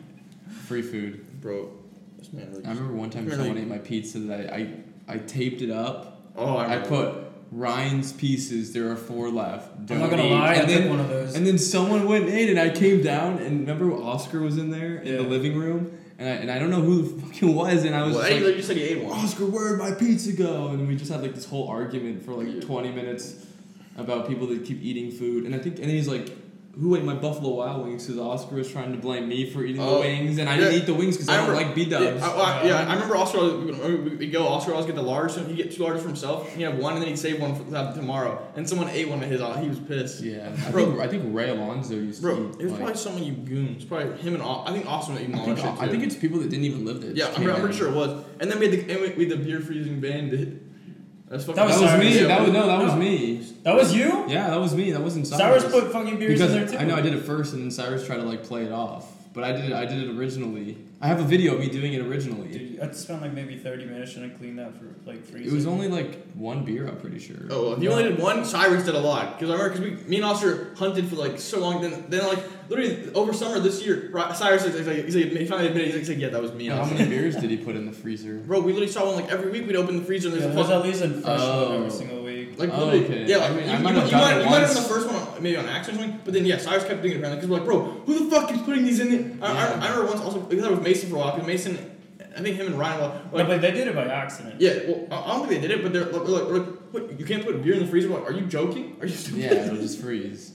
B: Free food.
C: bro. This man really.
B: I remember one time
C: Really?
B: someone ate my pizza that I, I, I taped it up.
C: oh, I,
B: I
C: remember.
B: put Ryan's pieces. There are four left.
A: I'm
B: Don't
A: not gonna
B: eat."
A: lie, I
B: And
A: took
B: then,
A: one of those.
B: and then someone went in, and I came down, and remember Oscar was in there in the
A: Yeah.
B: living room, and I, and I don't know who the fuck it was, and I was
C: Well,
B: just
C: Eddie
B: like,
C: literally said he ate one.
B: Oscar, where'd my pizza go? And we just had like this whole argument for like 20 minutes about people that keep eating food, and I think and he's like. Who ate my Buffalo Wild Wings? Because Oscar was trying to blame me for eating the
C: Oh,
B: wings, and I
C: yeah.
B: didn't eat the wings because I, don't
C: remember-
B: like B Dubs.
C: Yeah, I, well, I- yeah, I remember Oscar. we would- we- We'd go. Oscar always get the large. So he'd get two large for himself. He'd have one, and then he'd save one for to have tomorrow. And someone ate one of his. He was pissed.
B: Yeah, I
C: Bro.
B: think I think Ray Alonso used
C: Bro,
B: to.
C: it
B: eat,
C: was
B: like-
C: probably someone you goons. Probably him and Au- I think Austin was eating all
B: I, think,
C: that shit too.
B: I think it's people that didn't even live there.
C: Yeah,
B: just
C: I'm,
B: came
C: I'm pretty
B: in.
C: sure it was. And then we had the, and we, we had the beer freezing bandit. That's fucking
A: That was
B: That was,
A: Cyrus.
B: me.
A: Yeah,
B: that was
A: but-
B: no. That was
A: no.
B: me.
A: That was you.
B: Yeah, that was me. That wasn't Cyrus.
A: Cyrus put fucking beers
B: because
A: in there too.
B: I know I did it first, and then Cyrus tried to like play it off. But I did it. I did it originally. I have a video of me doing it originally.
A: Dude, I had to spend like maybe 30 minutes trying to clean that for like three
B: It was only like one beer, I'm pretty sure.
C: Oh, well, if you only did one, Cyrus did a lot. Because I remember, because we, me and Oscar hunted for like so long. Then, then like literally over summer this year, Ry- Cyrus is he's like, he's like, he finally admitted. He's like, yeah, that was me. And I
B: How
C: was
B: many beers did he put in the freezer?
C: (laughs) like, Bro, we literally saw one like every week. We'd open the freezer and
A: Yeah,
C: there's a
A: there's at
C: fucking
A: least a fresh one
B: Oh.
A: every single week.
C: like
B: Oh,
C: literally,
B: okay.
C: yeah.
B: I
C: Like,
B: mean,
C: you,
B: I might
C: you might
B: have
C: you,
B: done
C: might,
B: it
C: you might have
B: once.
C: done the first one on- maybe on accident or something. But then yeah, Cyrus kept doing it apparently. Because we're like, bro, who the fuck is putting these in there? I, I,
B: Yeah.
C: I remember once also because I was with Mason for a while. Because Mason, I think him and Ryan were
A: No,
C: like,
A: but they did it by accident.
C: yeah. Well, I I don't think they did it, but they're like, like, like what, you can't put beer in the freezer. Like, are you joking? Are you? (laughs) stupid?
B: Yeah, it'll just freeze.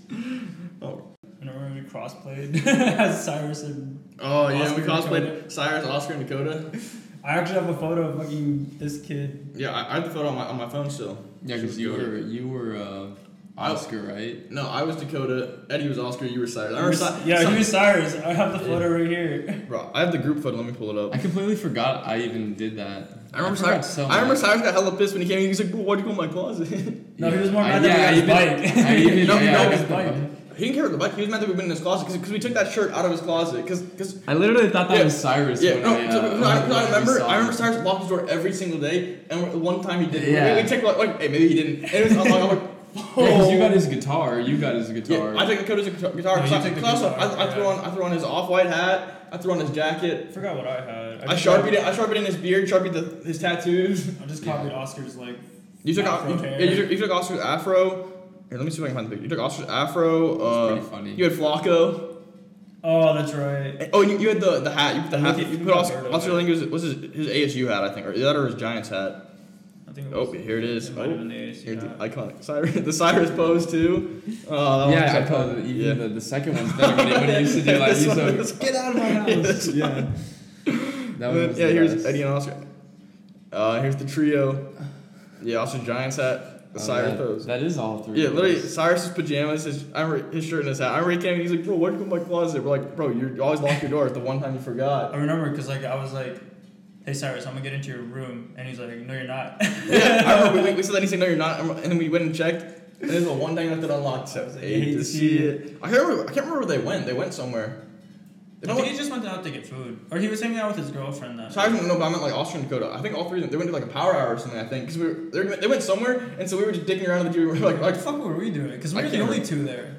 C: Oh.
A: Remember when we crossplayed (laughs) as Cyrus and
C: Oh yeah, we
A: Oscar and
C: cosplayed Cyrus, Oscar, and Dakota.
A: I actually have a photo of fucking this kid.
C: Yeah, I, I have the photo on my, on my phone still.
B: Yeah, because
C: She was
B: you
C: Dakota.
B: were you were uh,
C: Oh. I-
B: Oscar, right?
C: No, I was Dakota. Eddie was Oscar. You were Cyrus. I remember Cy-
A: yeah,
C: Cy-
A: he was Cyrus. I have the photo right here.
C: bro. I have the group photo. Let me pull it
B: I
C: up.
B: completely forgot I even did that.
C: I remember
B: forgot
C: Cyrus.
B: so
C: I remember
B: much.
C: Cyrus got hella pissed when he came. in. He was like, "Bro, why'd you go in my closet?" (laughs) he
A: No, he was more
B: I-
A: mad that we got his
B: even-
A: bike.
B: I even,
C: (laughs) No,
B: yeah,
C: no,
B: I
A: his
B: got the
A: bike.
B: bike.
C: didn't care about the bike. He was mad that we went in his closet because we took that shirt out of his closet because because.
B: I literally thought that
C: Yeah.
B: was Cyrus.
C: Yeah,
B: when
C: no,
B: I,
C: so-
B: uh,
C: no, I, no, I
B: when
C: remember.
B: saw
C: I remember
B: him.
C: Cyrus locked his door every single day, and one time he didn't.
B: Yeah.
C: We, we took like, like, hey, maybe he didn't. And it was, I was like, I'm like,
B: (laughs) Yeah, 'cause you
C: "Oh."
B: got his guitar. You got his guitar.
C: Yeah, I took Dakota's guitar. guitar
A: No, you
C: class-
A: took the
C: class-
A: guitar,
C: I, I threw
A: yeah.
C: on I threw on his off white hat. I threw on his jacket.
A: I forgot what I had.
C: I
A: just
C: sharpied
A: copied-
C: it. I sharpied in his beard. Sharpied the, his tattoos.
A: I just copied Oscar's like.
C: You took
A: Afro
C: you,
A: hair.
C: yeah, you took you took Oscar's afro. Here, let me see if I can find the picture. You took Oscar's afro.
B: It's
C: Uh,
B: pretty funny.
C: You had Flacco.
A: Oh, that's right.
C: And- Oh, and you, you had the, the hat. You put the
A: You
C: hat.
A: look at-
C: You
A: you
C: put
A: got
C: Oscar.
A: Birdo
C: Oscar I
A: there.
C: think it was, was his, his ASU hat. I think, or that or his Giants hat.
A: I think. It
C: Oh,
A: was,
C: here it is.
A: It might have
C: Oh,
A: been the ASU
C: here's the
A: hat.
C: iconic Cyrus. The Cyrus pose too. Uh, that
B: yeah,
C: one's
B: I
C: iconic.
B: thought that even
C: Yeah.
B: the, the second
C: (laughs)
B: one's better when he, when he used to do like
C: This
B: he's
C: one-
B: like,
C: this one-
B: get out of my house. (laughs) yeah, that
C: And then-
B: was
C: yeah,
B: the
C: here's
B: best.
C: Eddie and Oscar. Uh, here's the trio. Yeah, Oscar Giants hat, the
B: Oh,
C: Cyrus
B: that-
C: pose.
B: That is all three.
C: Yeah,
B: of
C: literally
B: us.
C: Cyrus's pajamas, his I remember his shirt and his hat. I remember he came and he's like, "Bro, where'd you go in my closet?" We're like, "Bro, you always lock your door. It's the one time you
A: I
B: (laughs)
C: forgot."
A: remember because like I was like, "Hey Cyrus, I'm gonna get into your room," and he's like, "No, you're not."
C: yeah, I
A: (laughs)
C: remember we, we said that. He said, "No, you're not." And then we went and checked, and there's a one time left it unlocked. So I was like, I hate to see it. I can't remember. I can't remember where they went. They went somewhere. They
A: I
C: don't
A: think he just went out to get food, or he was hanging out with his girlfriend then.
C: Cyrus went, no, but I meant like Austria and Dakota. I think all three of them, they went to like a power hour or something, I think. Because we were, they, were, they went somewhere, and so we were just dicking around in the queue. We (laughs) were like,
A: What
C: like
A: the fuck were we doing? Because we
C: I
A: were the
C: can't
A: only two there.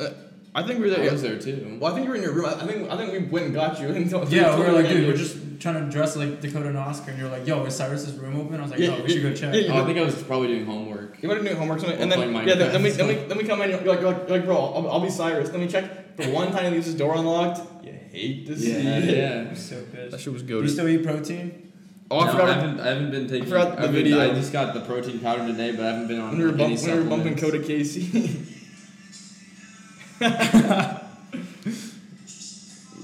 C: uh, I think we were there.
B: I was
C: Yeah.
B: there too.
C: Well, I think you were in your room. I I think I think we went and got you. (laughs) And told-
A: Yeah,
C: told
A: we were
C: you
A: like,
C: were in
A: dude,
C: your-
A: we're just trying to dress like Dakota and Oscar, and you're like, yo, is Cyrus's room open? I was like,
C: Yeah,
A: no, we should go check.
C: yeah,
B: Oh, I think I was probably doing homework.
C: You want to do homework or something, and
B: We'll
C: then
B: play
C: yeah, then,
B: Minecraft.
C: then we then we then we come in. You're like, you're like, you're like bro, I'll, I'll be Cyrus. Let me check. The one time he leaves his door unlocked, you hate to see
B: Yeah,
C: it.
B: yeah.
A: I'm so
C: That
A: pissed.
C: shit was
A: Do you
C: goaded.
A: still eat protein?
C: Oh, I
B: No,
C: forgot.
B: I haven't, I haven't been taking.
C: forgot the
B: I've been-
C: video.
B: I just got the protein powder today, but I haven't been on
C: when we were,
B: like,
C: bump,
B: any
C: when we were bumping
B: supplements.
C: Coda
B: (laughs)
C: Casey. (laughs)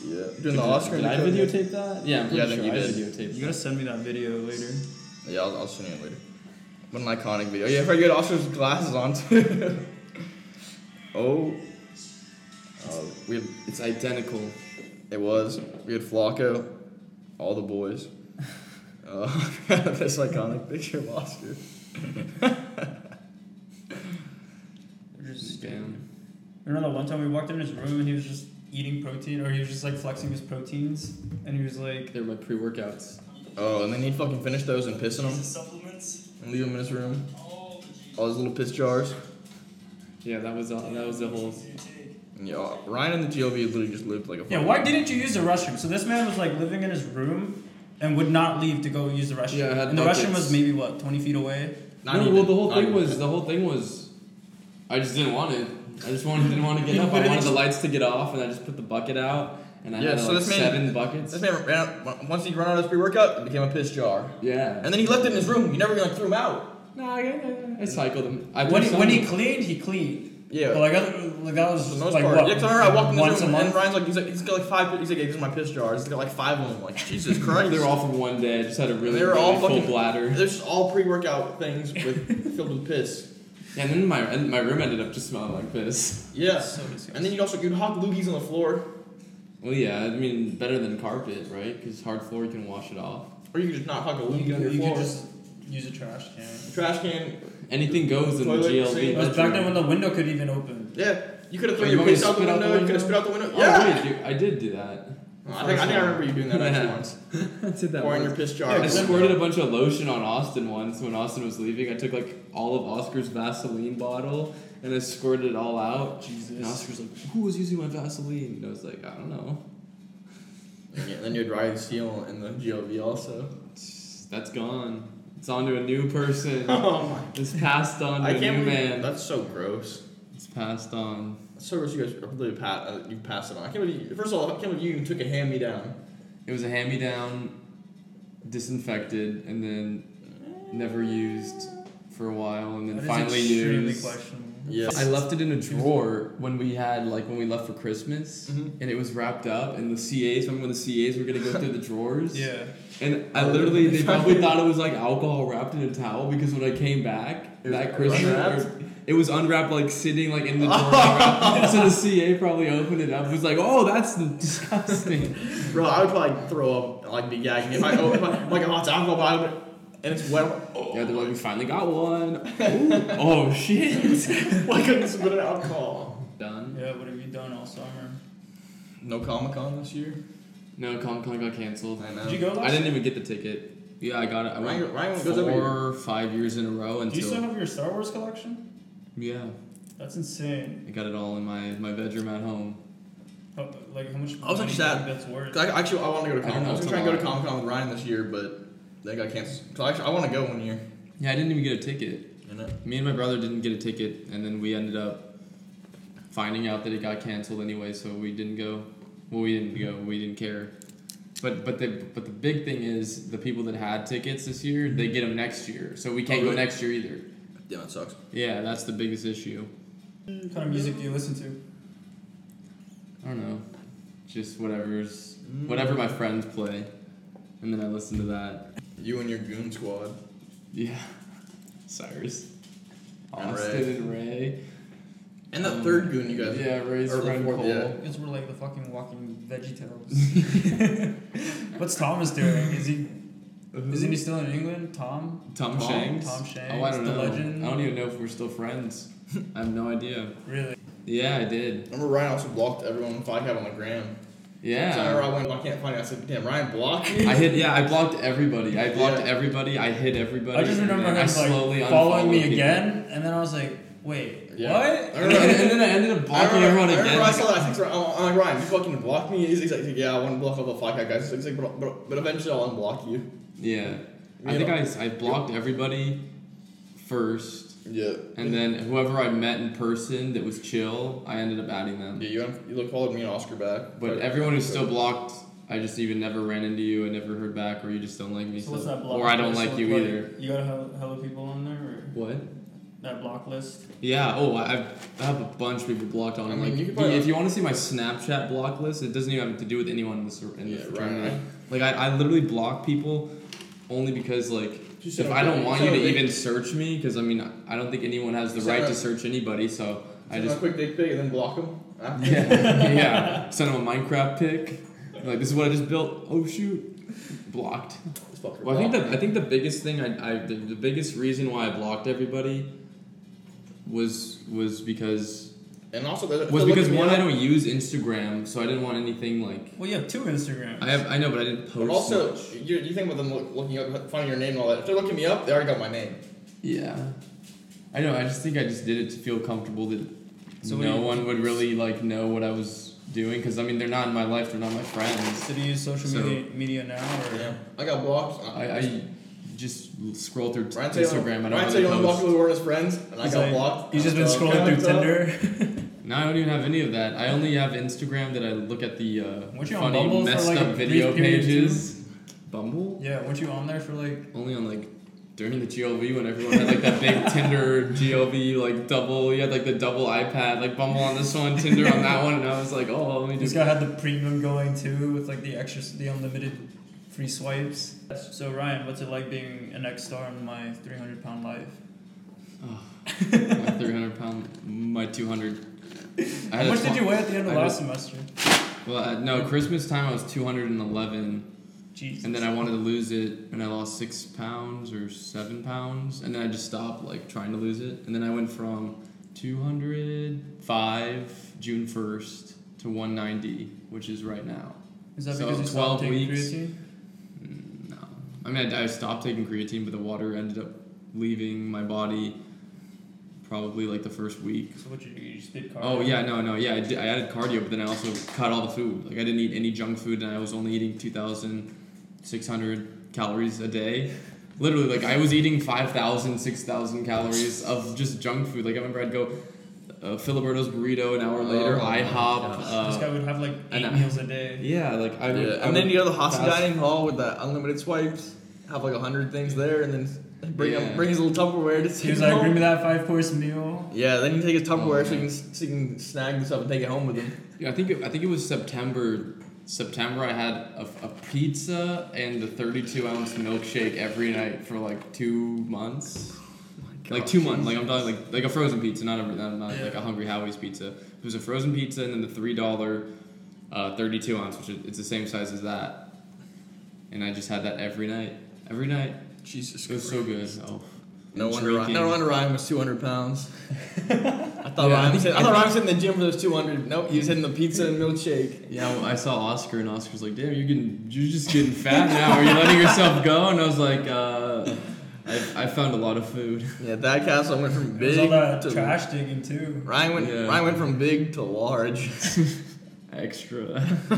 C: yeah, doing the Oscar.
B: Did
C: and
B: I
C: Dakota.
B: videotape that? Yeah, I'm pretty
C: Yeah,
B: sure
C: I think you
B: I
C: did.
B: videotaped.
A: You gotta send me that video later.
C: Yeah, I'll, I'll send you it later. What an iconic video. Yeah, I forgot you had Oscar's glasses on too. (laughs) oh. Uh, we had,
B: It's identical.
C: it was. We had Flacco, all
B: (laughs)
C: the boys. Uh, (laughs) this iconic picture of Oscar.
A: They're just
B: Damn.
A: Remember that one time we walked in his room and he was just eating protein, or he was just like flexing his proteins, and he was like,
B: They're my pre-workouts.
C: Oh, and then he fucking finished those and pissed in them
D: supplements.
C: and leave them in his room.
B: Oh,
C: All his little piss jars.
B: Yeah, that was all, that was the whole.
C: And yeah, Ryan and the GLV literally just lived like a.
A: Yeah,
C: fucking-
A: why didn't you use the restroom? So this man was like living in his room and would not leave to go use the restroom.
B: Yeah, it had
A: and the
B: buckets.
A: restroom was maybe what twenty feet away.
C: Not
B: no,
C: even,
B: well, the whole
C: not
B: thing
C: even.
B: was the whole thing was, I just didn't want it. I just wanted didn't want to get
A: You
B: up. I
A: literally
B: wanted the
A: just-
B: lights to get off, and I just put the bucket out, and I
C: Yeah,
B: had
C: so
B: like
C: this man-
B: seven buckets.
C: This man ran out, once he ran out of his pre-workout, it became a piss jar.
B: yeah.
C: And then he left it in his room. You never like threw him out.
B: no, I, I, I cycled them. I
A: When
B: put
A: he,
B: some-
A: when he cleaned, he cleaned.
C: Yeah.
A: But like, other, like that was
C: For the most
A: like
C: part.
A: what?
C: yeah, 'cause I remember I walked in
A: once
C: this room
A: a
C: and
A: month.
C: Ryan's like, he's like, he's got like five. He's like, hey, these are my piss jars. He's got like five of
B: (laughs)
C: them. Like Jesus Christ.
B: they were all from one day. I just had a really,
C: They were
B: really
C: all
B: full
C: fucking- (laughs)
B: bladder.
C: They're just all pre-workout things with (laughs) filled with piss.
B: And then my and my room ended up just smelling like piss.
C: Yeah.
A: So disgusting.
C: and then you'd also you'd hawk loogies on the floor,
B: Well, yeah, I mean better than carpet, right? Because hard floor you can wash it off.
C: or you could just not hawk a loogie
A: you,
C: on your
A: you
C: floor.
A: could just use a trash can.
C: trash can.
B: Anything goes in the
C: Toilet,
B: GLB.
C: sink.
A: It was back then when the window could even open.
C: Yeah. You could have thrown
B: Wait, you
C: your
B: want me to
C: piss out the
B: spit out
C: window.
B: the
C: You could have
B: window?
C: spit out the window.
B: Oh,
C: Yeah.
B: wait, dude, I did do that.
C: I think I think I remember you
B: (laughs)
C: doing that actually once.
B: I did that
C: Pouring
B: once.
C: (laughs) your piss jar.
B: I
C: out the
B: squirted
C: window.
B: a bunch of lotion on Austin once when Austin was leaving. I took like all of Oscar's Vaseline bottle and I squirted it all out. And
A: Jesus.
B: Oscar's like, "Who was using my Vaseline?" And I was like, "I don't know."
C: And yeah, then you're dry seal in the
B: (laughs)
C: GOV also.
B: That's gone. It's on to a new person.
C: (laughs) Oh my.
B: It's passed on to
C: I
B: a
C: can't
B: new
C: believe
B: man.
C: that's so gross.
B: It's passed on.
C: That's so gross. You guys completely pat. Uh, you passed it on. I can't believe. You, first of all, I can't believe you even took a hand me down.
B: It was a hand-me-down, disinfected, and then never used for a while, and then
A: That is
B: finally
A: extremely
B: used.
A: questionable.
C: Yes.
B: I left it in a drawer when we had like when we left for Christmas,
C: Mm-hmm.
B: and it was wrapped up. And the CAs, remember when the CAs were gonna go through the drawers?
A: Yeah.
B: And I literally,
C: (laughs)
B: they probably thought it was like alcohol wrapped in a towel because when I came back
C: It was
B: that Christmas,
C: unwrapped?
B: or- it was unwrapped, like sitting like
C: (laughs)
B: in the drawer. unwrapped. so the CA probably opened it up. and Was like, oh, that's disgusting.
C: Bro, I would probably throw up, like be gagging if I open my, like a hot alcohol bottle and it's wet. I'm like, oh,
B: yeah, they're like, we finally got one. Ooh, oh shit.
C: (laughs) why couldn't this have been an alcohol?
B: Done.
A: Yeah, what have you done all summer?
C: No Comic Con this year.
B: No, Comic Con got canceled.
C: I know.
A: Did you go last
B: I didn't even get the ticket. Yeah, I got it. I went
C: Ryan, Ryan goes every year.
B: four, five years in a row
A: Do
B: until
A: you still have your Star Wars collection?
B: yeah,
A: That's insane.
B: I got it all in my my bedroom at home.
A: How, like how much?
C: I was
A: money
C: actually
A: do you
C: sad.
A: think That's worth.
C: 'Cause I, actually, I want to go to
B: I
C: Comic Con. I was
B: don't
C: gonna try and go to
B: know.
C: Comic Con with Ryan this year, but that got canceled. So actually, I want to go one year.
B: Yeah, I didn't even get a ticket.
C: You know?
B: Me and my brother didn't get a ticket, and then we ended up finding out that it got canceled anyway, so we didn't go. Well, we didn't go. We didn't care. But but the but the big thing is the people that had tickets this year, they get them next year, so we can't
C: Oh,
B: go
C: really?
B: next year either.
C: Damn, that sucks.
B: Yeah, that's the biggest issue.
A: what kind of music do you listen to?
B: I don't know, just whatever's whatever my friends play, and then I listen to that.
C: You and your goon squad.
B: Yeah, (laughs) Cyrus,
C: And
B: Austin,
C: Ray.
B: and Ray.
C: And that
B: Um,
C: third goon you guys.
B: Yeah, Ray's
C: Or the
B: friend
C: fourth,
B: Cole.
C: yeah.
A: Because we're like the fucking (laughs) walking VeggieTales. What's Thomas doing? Is he? Isn't he still in England? Tom?
B: Tom,
C: Tom-
B: Shanks.
A: Tom Shanks,
B: Oh, I don't
A: the
B: know.
A: legend.
B: I don't e- even know if we're still friends. I have no idea.
A: Really?
B: Yeah, I did.
C: Remember Ryan also blocked everyone if I had on the gram. So I
B: Yeah.
C: remember I went, I can't find it. I said, damn, Ryan blocked me.
B: I hit. Yeah, I blocked everybody. I blocked
C: Yeah.
B: everybody. I hit everybody.
A: I just
B: and
A: remember
B: then
A: him
B: I
A: like
B: slowly
A: following
B: unfollowed
A: me
B: people.
A: again, and then I was like, wait,
C: Yeah.
A: what?
C: I
B: And then,
C: remember-
B: and then I ended up
C: I
B: blocking
C: remember,
B: everyone
C: I
B: again.
C: remember I saw that. I think, I'm I'm like, Ryan, you fucking blocked me. He's like, yeah, I want to block all the Fly Guy guys. He's like, but, but, but eventually I'll unblock you.
B: yeah. I
C: You
B: think
C: know.
B: I, s- I blocked everybody first,
C: Yeah.
B: and then whoever I met in person that was chill, I ended up adding them.
C: Yeah, you, un- you followed me and Oscar back.
B: But everyone who's still blocked, I just even never ran into you. I never heard back, or you just don't like me.
A: So what's that block?
B: or I don't
A: list
B: like
A: look
B: you either.
A: You got a hel- hello people on there, or
B: What?
A: that block list?
B: Yeah. Oh, I- I've, I have a bunch of people blocked on.
C: I
B: it.
C: mean,
B: like,
C: you could
B: the-
C: probably-
B: if you want to see my Snapchat block list, it doesn't even have to do with anyone in the sur- in
C: Yeah,
B: the
C: right,
B: fraternity.
C: right.
B: Like, I, I literally block people only because like.
C: You said
B: If
C: it
B: I don't
C: was-
B: want
C: you
B: you
C: said
B: to
C: it was-
B: even search me, because I mean, I don't think anyone has the
C: You said
B: right
C: it
B: to
C: was-
B: search anybody, so I
C: Send him
B: just
C: a quick dick pic and then block him. Ah, after.
B: yeah, (laughs) yeah. Send him a Minecraft pic. Like this is what I just built. Oh shoot, blocked.
C: This fucker
B: Well, I think
C: blocked
B: the I think the biggest thing I, I the, the biggest reason why I blocked everybody was was because
C: me. And also, they're-
B: was
C: they're
B: because
C: looking me
B: one
C: up.
B: I don't use Instagram, so I didn't want anything like
A: Well, you have two Instagrams.
B: I have I know, but I didn't post.
C: But also,
B: much.
C: you, you think about them look, looking up, finding your name and all that. If they're looking me up, they already got my name.
B: yeah, I know. I just think I just did it to feel comfortable that
A: So what
B: no
A: do you-
B: one would really like know what I was doing because I mean they're not in my life, they're not my friends.
A: So do you use social
B: So-
A: media, media now, or
C: Yeah. I got blocked.
B: I, I just scroll through
C: Ryan said you
B: Instagram. I
C: only-
B: don't
C: Ryan said
B: really
C: you only
B: post.
C: blocked people who weren't his friends, and I
A: He's
C: got
A: like-
C: blocked.
A: He's just been
C: Uh,
A: scrolling through
C: kinda tough.
A: Tinder.
B: No, I don't even have any of that. I only have Instagram that I look at the uh,
A: Weren't you on Bumble
B: funny
A: for,
B: messed
A: like, a
B: up video
A: brief period,
B: pages. Bumble?
A: (laughs) yeah, weren't you on there for like?
B: Only on like during the GLV when everyone had like
A: (laughs)
B: that big Tinder GLV like double. You had like the double iPad like Bumble on this one, Tinder on that one, and I was like, oh, let me
A: This
B: just.
A: guy had the premium going too, with like the extra, the unlimited free swipes. So Ryan, what's it like being an ex star in my 300 pound life?
B: my 300 pound, my 200. I
A: How
B: had a
A: much did
B: twen-
A: you weigh at the end of
B: I
A: last semester?
B: Well, uh, no, Christmas time I was 211.
A: Jesus.
B: And then I wanted to lose it, and I lost six pounds or seven pounds, and then I just stopped like trying to lose it. And then I went from 205 June 1st to 190, which is right now.
A: Is that
B: So,
A: because you stopped
B: 12
A: taking
B: weeks.
A: creatine?
B: Mm, No. I mean, I, I stopped taking creatine, but the water ended up leaving my body probably like the first week.
A: So what you do? You just did cardio.
B: Oh yeah, no, no, yeah. I, did, I added cardio, but then I also cut all the food. Like I didn't eat any junk food, and I was only eating two thousand six hundred calories a day. Literally, like I was eating 5,000, 6,000 calories of just junk food. Like I remember I'd go uh, Filiberto's burrito an hour later,
C: Oh,
B: IHOP.
C: my
A: this guy
B: Uh,
A: would have like eight
B: and I-
A: meals a day.
B: yeah, like I. Would,
D: Yeah,
B: I
D: and then
B: would
D: you go to the hostel
B: fast-
D: dining hall with the unlimited swipes, have like a hundred things there, and then (laughs) bring
B: Yeah.
D: him, bring his little Tupperware to
A: He
D: take
A: was
D: it
A: like,
D: home.
A: "Bring me that five course meal."
D: Yeah, then you take his Tupperware so you
B: Oh, man. Oh
D: can so you can snag this up and take it home with him.
B: Yeah, I think it, I think it was September. September, I had a, a pizza and a 32 ounce milkshake every night for like two months. like two months. Like I'm talking like like a frozen pizza, not a not, not like a Hungry Howie's pizza. It was a frozen pizza and then the three dollar, uh, 32 ounce, which is, it's the same size as that. And I just had that every night. Every night.
D: Jesus
B: It was so good. Oh.
D: No
B: And
D: wonder, Ryan,
B: drinking.
D: no wonder Ryan was 200
A: (laughs)
D: pounds. I thought,
B: Yeah, I
D: Ryan, was
B: think-
D: hitting, I
B: I
D: thought
B: think-
D: Ryan was hitting the gym for those 200. Nope, he was hitting the pizza and milkshake.
B: Yeah, well, I saw Oscar, and Oscar's like, "Damn, you're getting, you're just getting fat now. Are you letting yourself go?" And I was like, uh, I, "I found a lot of food." (laughs)
D: Yeah, that castle went from
A: There's
D: big
A: all that
D: to
A: trash digging too.
D: Ryan went.
B: Yeah.
D: Ryan went from big to
A: (laughs)
D: large.
B: Extra. (laughs)
A: I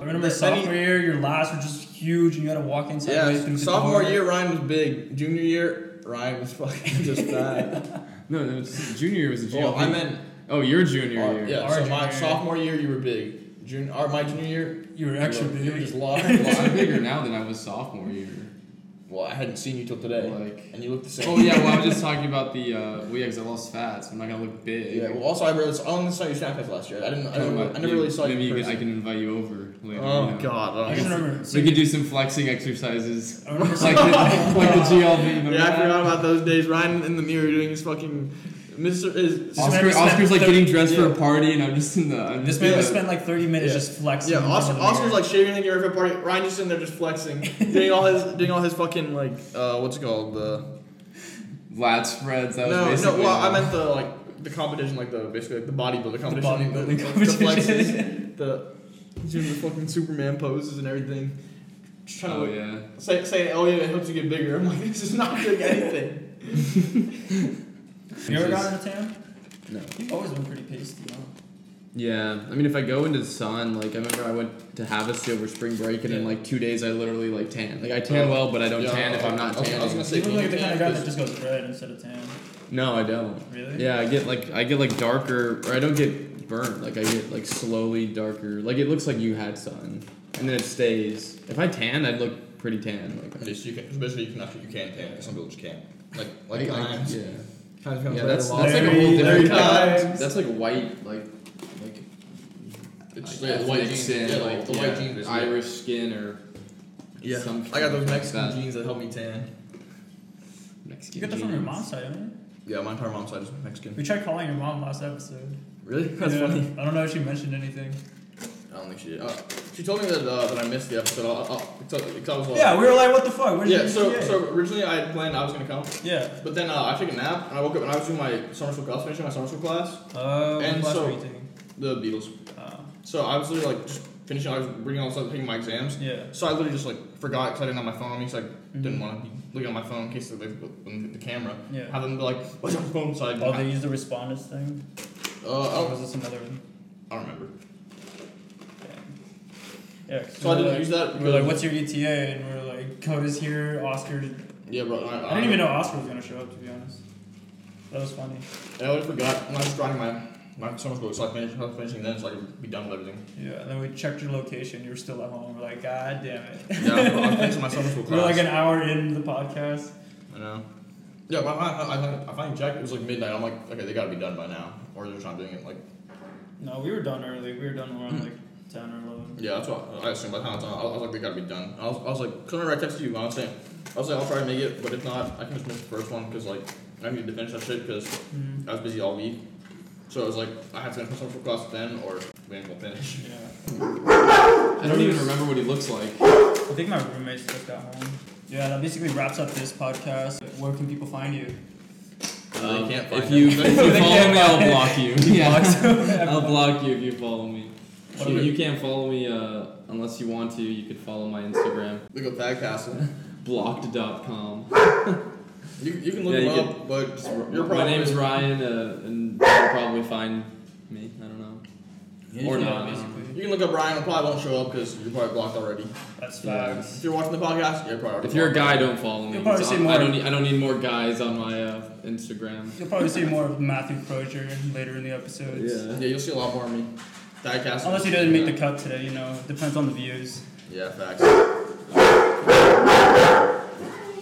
A: remember
D: Then- then he-
A: sophomore year, your last were just huge, and you had to walk inside.
D: Yeah,
A: through the
D: sophomore
A: door.
D: year Ryan was big. Junior year Ryan was fucking
A: (laughs)
D: just fat.
B: No, no, it's, junior year was a GLP.
D: well, I meant
B: Oh, your junior
D: uh,
B: year.
D: yeah.
A: Our
D: so my
A: junior year.
D: sophomore year you were big. Junior, or my junior year
A: you were extra
D: you were, You were
A: big.
D: just large.
B: (laughs) Well, I'm bigger now than I was sophomore year.
D: well, I hadn't seen you till today,
B: Like.
D: and you looked the same.
B: Oh yeah. Well, I was just talking about the. Uh, well, yeah, 'cause I lost fat, so I'm not gonna look
D: (laughs)
B: big.
D: Yeah. Well, also I really I only saw your Snapchat last year. I didn't. I,
B: Talking
D: don't,
B: about-
D: I never
B: maybe-
D: really saw you.
B: Maybe
D: in
B: you can, I
D: person.
B: can invite you over later. you know.
A: I
D: Oh, God.
A: just remember.
B: We could do some flexing exercises, (laughs)
A: I remember
B: like the, like the
D: (laughs)
B: GLV. remember
D: Yeah, I
B: that?
D: forgot about those days. Ryan in the mirror doing his fucking Mr. Is,
A: Just
B: Oscar,
A: maybe spend
B: Oscar's like
A: thir-
B: getting dressed for
D: yeah.
B: a party, and I'm just in the. I'm
A: This
B: just
A: man
B: in
A: would
B: the,
A: spend like 30 minutes
D: Yeah.
A: just flexing.
D: Yeah,
A: in front
D: Oscar,
A: of the
D: Oscar's
A: mirror.
D: like shaving in the air for a party. Ryan just sitting there just flexing, (laughs) doing all his doing all his fucking like uh what's it called the
B: lat spreads. That
D: no
B: was
D: no
B: basically.
D: well I meant the like the competition like the basically like the bodybuilder competition
A: bodybuilding
D: the, (laughs)
A: competition.
D: flexes the he's doing the fucking Superman poses and everything Just trying to
B: Oh
D: like,
B: yeah.
D: say say oh yeah it helps you get bigger I'm like (laughs) this is not doing anything
A: You ever gone into town?
B: No.
A: You've always been pretty pasty, huh?
B: Yeah, I mean, if I go into the sun, like I remember I went to Havasi over spring break, and in like two days I literally like tan. Like I tan well, but I don't
D: Yeah,
B: tan if I'm not
D: okay, I was
B: tanning.
D: gonna say
A: You look like the kind of guy that
D: because-
A: just goes red instead of tan.
B: No, I don't.
A: Really?
B: Yeah, I get like I get like darker, or I don't get burnt. Like I get like slowly darker. Like it looks like you had sun, and then it stays. If I tan, I'd look pretty tan. Like
C: Yes, you can. Basically, you can actually you can tan. 'cause Some people just can't. Like like
B: I- I-
C: I,
B: yeah.
D: kind of becomes
B: Yeah,
D: better
B: that's,
D: while-
B: that's like a
A: Larry-
B: whole different.
A: Larry
B: That's,
A: Kimes.
B: that's like white, like like
C: It's
B: like
C: yeah, white
B: ethnic
C: jeans.
B: sin,
C: yeah, like the
B: yeah,
C: white jeans. basically.
B: Irish skin or
D: yeah
B: some
D: I got those
B: like
D: Mexican
B: that.
D: jeans that help me tan
B: Mexican.
A: You got that from your
B: jeans.
A: mom's side, didn't you?
C: Yeah, my entire mom's side is Mexican.
A: We tried calling your mom last episode.
C: (laughs)
D: really that's
A: Yeah.
D: funny
A: I don't know if she mentioned anything.
C: I don't think she did. Uh, she told me that uh, that I missed the episode. I'll, I'll, because, because I was like,
A: Yeah, we were like, what the fuck? Where's
C: yeah.
A: your
C: So
A: GPA?
C: so originally I had planned I was gonna come,
A: Yeah.
C: but then uh, I took a nap and I woke up and I was doing my summer school class, finishing my summer school class,
A: Uh, what
C: And
A: class
C: so-
A: were you taking?
C: the Beatles.
A: Uh,
C: So I was literally like just finishing. I was bringing all this stuff, taking my exams.
A: yeah.
C: So I literally just like forgot because I didn't have my phone on me, so I
A: Mm-hmm.
C: didn't want to be looking at my phone in case they like, the camera.
A: Yeah.
C: Have them be like, "What's on your phone?" So I didn't
A: Oh,
C: have-
A: they used the respondents thing?
C: uh, I
A: Or
C: don't-
A: was this another one?
C: I don't remember.
A: Yeah.
C: So I didn't use that.
A: We were like, what's
C: because-
A: your ETA? And we were like, Coda's here, Oscar.
C: Yeah, bro. I,
A: I didn't even know Oscar was going to show up, to be honest. That was funny.
C: I always forgot when I was drawing my my summer school, so I finished, I was finishing then, so I could be done
A: (laughs)
C: with everything.
A: Yeah, and then we checked your location. You were still at home. We're like, God damn (laughs) it.
C: Yeah, bro, I'm finishing my summer school
A: We're
C: class.
A: like an hour into the podcast.
C: I know. Yeah, but I, I, I, I finally checked. It was like midnight. I'm like, okay, they gotta be done by now, or they're not doing it. Like,
A: No, we were done early. We were done around like 10 or 11.
C: yeah, that's what I assumed. By the time it's on, I was, I was like, they gotta be done. I was, I was like, cause remember I texted you. I was saying, I was like, I'll try to make it, but if not, I can just miss the first one because like I needed to finish that shit because
A: Mhm.
C: I was busy all week. So it was like I have to finish my summer school class then, or we ain't gonna finish. (laughs)
A: Yeah.
B: I don't even remember what he looks like.
A: I think my roommates just got home. Yeah, that basically wraps up this podcast. Where can people find you?
C: they can't find
B: (laughs) if you,
C: him.
B: if you
A: They
B: follow
A: can't
B: me, I'll block you. (laughs) yeah,
C: (laughs)
A: Everyone.
B: I'll block you if you follow me.
A: What
B: You,
A: about-
B: you can't follow me uh, unless you want to. You could follow my Instagram,
C: Look up Thad Castle.
B: blocked.com.
C: You, you can look
B: Yeah,
C: him
B: you
C: up, but
B: Just-
C: you're
B: my
C: probably
B: name's Ryan, uh, and you'll probably find me. I don't know. Or
A: Yeah,
B: not.
A: basically.
C: You can look up Ryan. I probably won't show up because you're probably blocked already.
A: That's
B: Yeah.
A: facts.
C: If you're watching the podcast, you're probably. already
B: If you're a
C: blocked.
B: guy, don't follow me.
A: You'll probably
B: 'cause
A: see
B: I,
A: more.
B: I don't. Need, I don't need more guys on my uh, Instagram.
A: You'll probably see more of Matthew Crozier later in the episodes.
C: yeah, you'll see a lot more of me. Thad Castle.
A: Unless he doesn't make the cut today, you know. Depends on the views.
C: Yeah, facts.